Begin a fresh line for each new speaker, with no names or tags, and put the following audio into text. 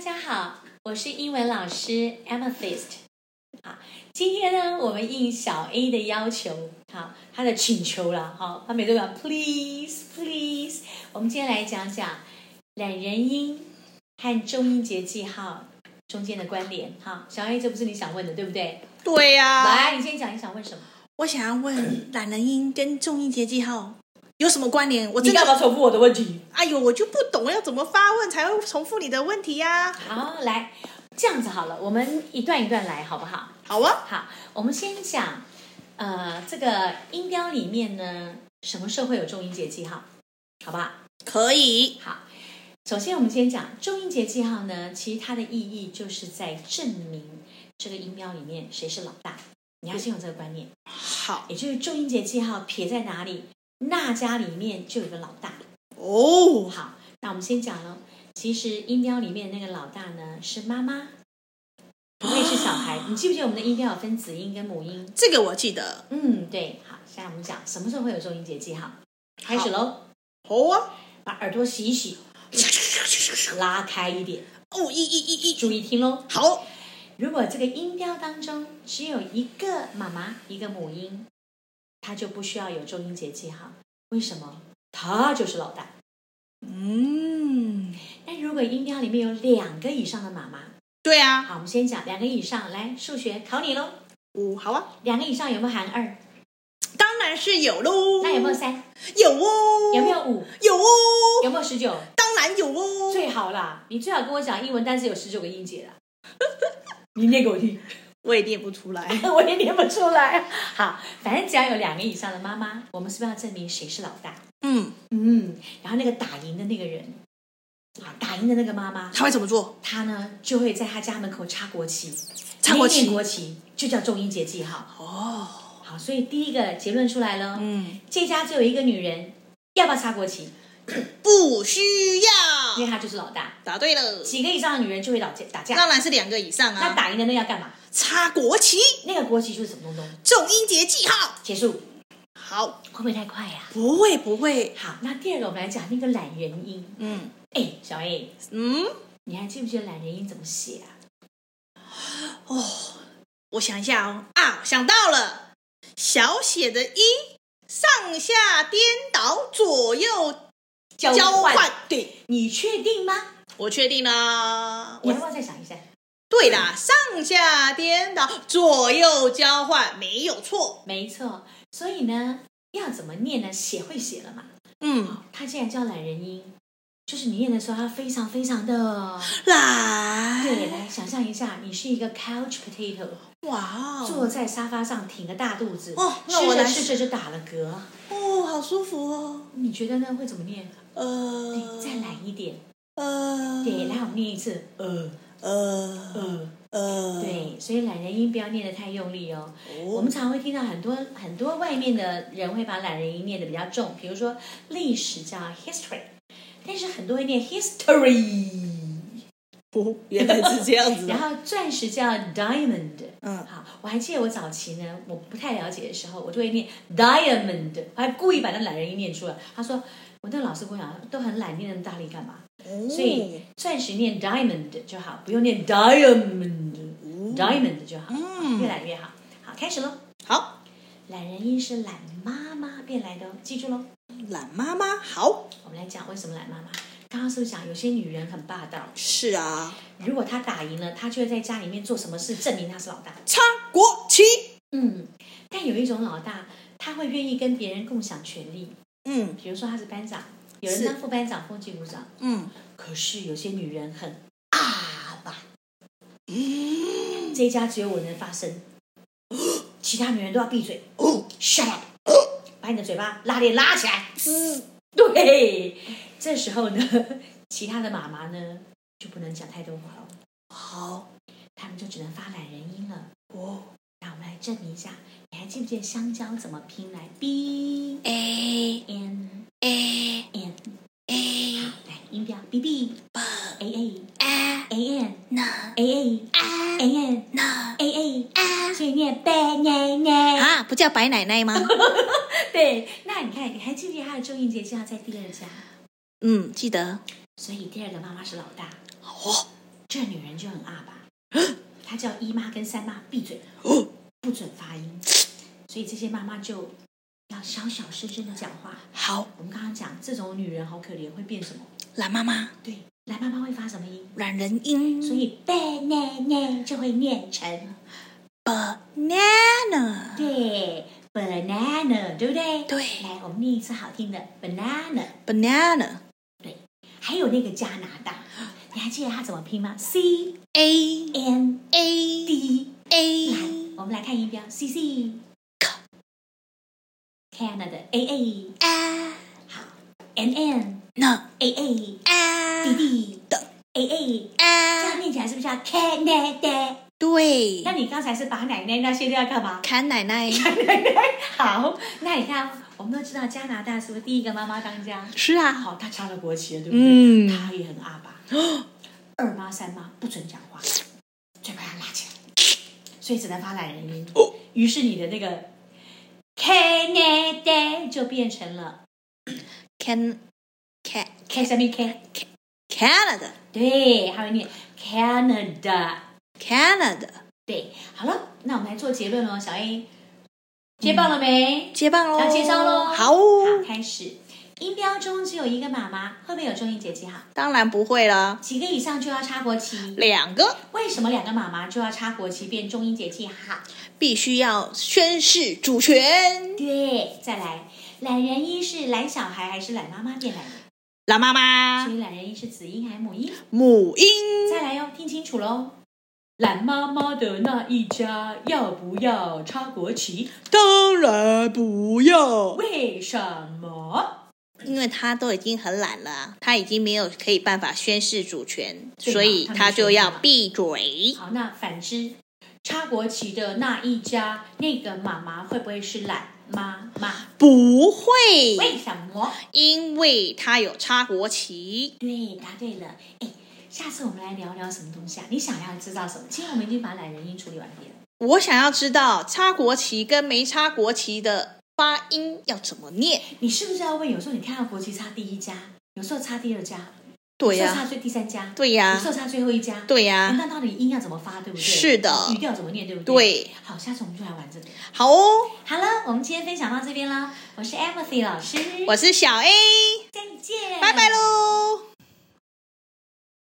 家好，我是英文老师 Amethyst。好，今天呢，我们应小 A 的要求，好，他的请求了，好，他每次都讲 please please。我们今天来讲讲懒人音和中音节记号中间的关联。好，小 A，这不是你想问的，对不对？
对呀、
来，你先讲你想问什么？
我想要问懒人音跟重音节记号有什么关联？我
你
真
干嘛
的，
重复我的问题？
哎呦，我就不懂要怎么发问才会重复你的问题呀、
好，来，这样子好了，我们一段一段来，好不好？
好啊，
好，我们先讲，呃，这个音标里面呢，什么时候会有重音节记号，好不好？
可以，
好，首先我们先讲重音节记号呢，其实它的意义就是在证明这个音标里面谁是老大。你要先有这个观念，
好
也就是重音节记号撇在哪里，那家里面就有个老大。
哦，
好，那我们先讲喽。其实音标里面那个老大呢是妈妈，不会是小孩。你记不记得我们的音标有分子音跟母音？
这个我记得，
嗯，对。好，现在我们讲什么时候会有重音节记号？开始喽，
哦啊，
把耳朵洗一洗，拉开一点，
哦，一一一一，
注意听喽。
好，
如果这个音标当中只有一个妈妈一个母音，它就不需要有重音节记号。为什么？它就是老大。
嗯，
但如果音标里面有两个以上的妈妈，
对啊，
好，我们先讲两个以上，来数学考你喽。
哦，好啊，
两个以上有没有含二？
当然是有喽，
那有没有三？
有哦，
有没有五？
有哦，
有没有十九？
当然有哦，
最好啦，你最好跟我讲英文单词有十九个音节啦。 你念给我听，
我也念不出来，
我也念不出来。好，反正只要有两个以上的妈妈，我们是不是要证明谁是老大？
嗯，
嗯，然后那个打赢的那个人，啊，打赢的那个妈妈，
他会怎么做？
她呢就会在她家门口插国旗，
插国
每一面
旗
国旗就叫重音节记号。
哦，
好，所以第一个结论出来了。
嗯，
这家只有一个女人，要不要插国旗？
不需要，
因为她就是老大，
答对了，
几个以上的女人就会打架打架。
当然是两个以上
那
啊。
打赢的那要干嘛？
插国旗，
那个国旗就是什么东东？
重音节记号。
结束
好，
会不会太快呀、
不会不会，
好，那第二个我们来讲那个懒人音。
嗯
哎，小 A，
嗯，
你还记不记得懒人音怎么写啊？
哦我想一下哦，啊，想到了，小写的音，上下颠倒，左右
交换，
对，
你确定吗？
我确定啦，
你
我
要不要再想一下？
对啦，上下颠倒，左右交换，没有错，
没错，所以呢，要怎么念呢？写会写了嘛？
嗯，
它既然叫懒人音，就是你念的时候，它非常非常的对。
来，
来想象一下，你是一个 couch potato。
哇
坐
哦，
在沙发上挺个大肚子，
哦
吃
那我
着
来
吃着就打了嗝。
哦，好舒服哦，
你觉得呢？会怎么念？
呃
对，再懒一点。
呃，
对，来我们念一次。呃
呃
呃，
呃，，
对，所以懒人音不要念得太用力哦。我
我
们常会听到很多很多外面的人会把懒人音念得比较重，比如说历史叫 history，但是很多会念 history，
哦，原来是这样子
然后钻石叫 diamond。
嗯，
好，我还记得我早期呢，我不太了解的时候，我就会念 diamond，我还故意把那懒人音念出来。他说，我那老师跟我讲，都很懒，念那么大力干嘛？
嗯
所以钻石念 diamond 就好，不用念
哦
diamond，diamond、就好，
嗯
越来越好。好，开始喽。
好，
懒人音是懒妈妈变来的哦，记住喽。
懒妈妈好
我们来讲为什么懒妈妈。刚刚是不是讲有些女人很霸道？
是啊，
如果她打赢了，她就会在家里面做什么事证明她是老大。
插国旗，
嗯，但有一种老大，他会愿意跟别人共享权利，
嗯
比如说他是班长，有人
是
当副班长、风纪股长。
嗯
可是有些女人很啊吧，
嗯，
这一家只有我能发声， 其他女人都要闭嘴。
哦
Shut up！把你的嘴巴拉链拉起来。
嗯，
对，这时候呢， 其他的妈妈呢就不能讲太多话了，
好
他们就只能发懒人音了。
哦，
那我们来证明一下，你还记不记得香蕉怎么拼来？B
哎
N
哎
N。
哎
好，来音标 b b
吧
a a
啊
a n
那
a a
啊
a n
那
a a，
啊
所以念 b a n
啊，不叫白奶奶吗？
对，那你看，你还记不记得它的中音节就要在第二家？
嗯，记得
所以第二个妈妈是老大，
哦，
这女人就很啊吧，她叫姨妈跟三妈闭嘴，
哦
不准发音，所以这些妈妈就要小小声声的讲话。
好，
我们刚刚讲这种女人好可怜，会变什么？
懒妈妈，
对，来妈妈会发什么音？
懒人音，
所以 banana 就会念成
banana，
对 banana，对不对？
对
来，我们念一次好听的 banana。
banana
还有那个加拿大，你还记得它怎么拼吗？C
a
N
a
D。来
a，
我们来看音标，C C
Ca-
Canada A A
啊
好，N N
，no
A A
啊
D D
的
A A，这样
啊，
念起来是不是叫 Canada？
对
那，你刚才是把奶奶那些都要干嘛？
看奶奶
好，那你看，我们都知道加拿大是不是第一个妈妈当家？
是
那
啊，
好，她插了国旗了，对不对？
嗯，
她也很阿爸，二妈三妈不准讲话，嘴巴要拉起来，所以只能发懒人音。于是你的那个 Canada 就变成了
can can
K 下面 K，
Canada
对，还会念 Canada。
Canada，
对，好了，那我们来做结论喽，小 A，接棒了没？
接棒喽，
要接招喽
好
好，开始。音标中只有一个妈妈，会不会有中音节记号？
当然不会啦，
几个以上就要插国旗？
两个
为什么两个妈妈就要插国旗变中音节记号？
必须要宣誓主权，
对，再来，懒人一是懒小孩还是懒妈妈变懒人？
懒妈妈
所以懒人一是子音还是母音？
母婴
再来哟，听清楚喽。懒妈妈的那一家要不要插国旗？
当然不要，
为什么？
因为他都已经很懒了啊，他已经没有可以办法宣誓主权，
对嘛啊
所以
他没
他就要
权利嘛
闭嘴。
好，那反之，插国旗的那一家那个妈妈会不会是懒妈妈？
不会，
为什么？
因为他有插国旗。
对，答对了。哎，下次我们来聊聊什么东西啊？你想要知道什么？今天我们已经把懒人音处理完毕了。
我想要知道插国旗跟没插国旗的发音要怎么念。
你是不是要问？有时候你看到国旗插第一家，有时候插第二家，
对
有时
呀、
候插最第三家，
对
有
呀、
时候插最后一家。
对呀、
那到底音要怎么发，对不对？
是的
语调怎么念，对不对？
对，
好，下次我们就来玩这个。
好哦，
好了，我们今天分享到这边啦。我是 Emily 老师，
我是小 A，
再见，
拜拜喽。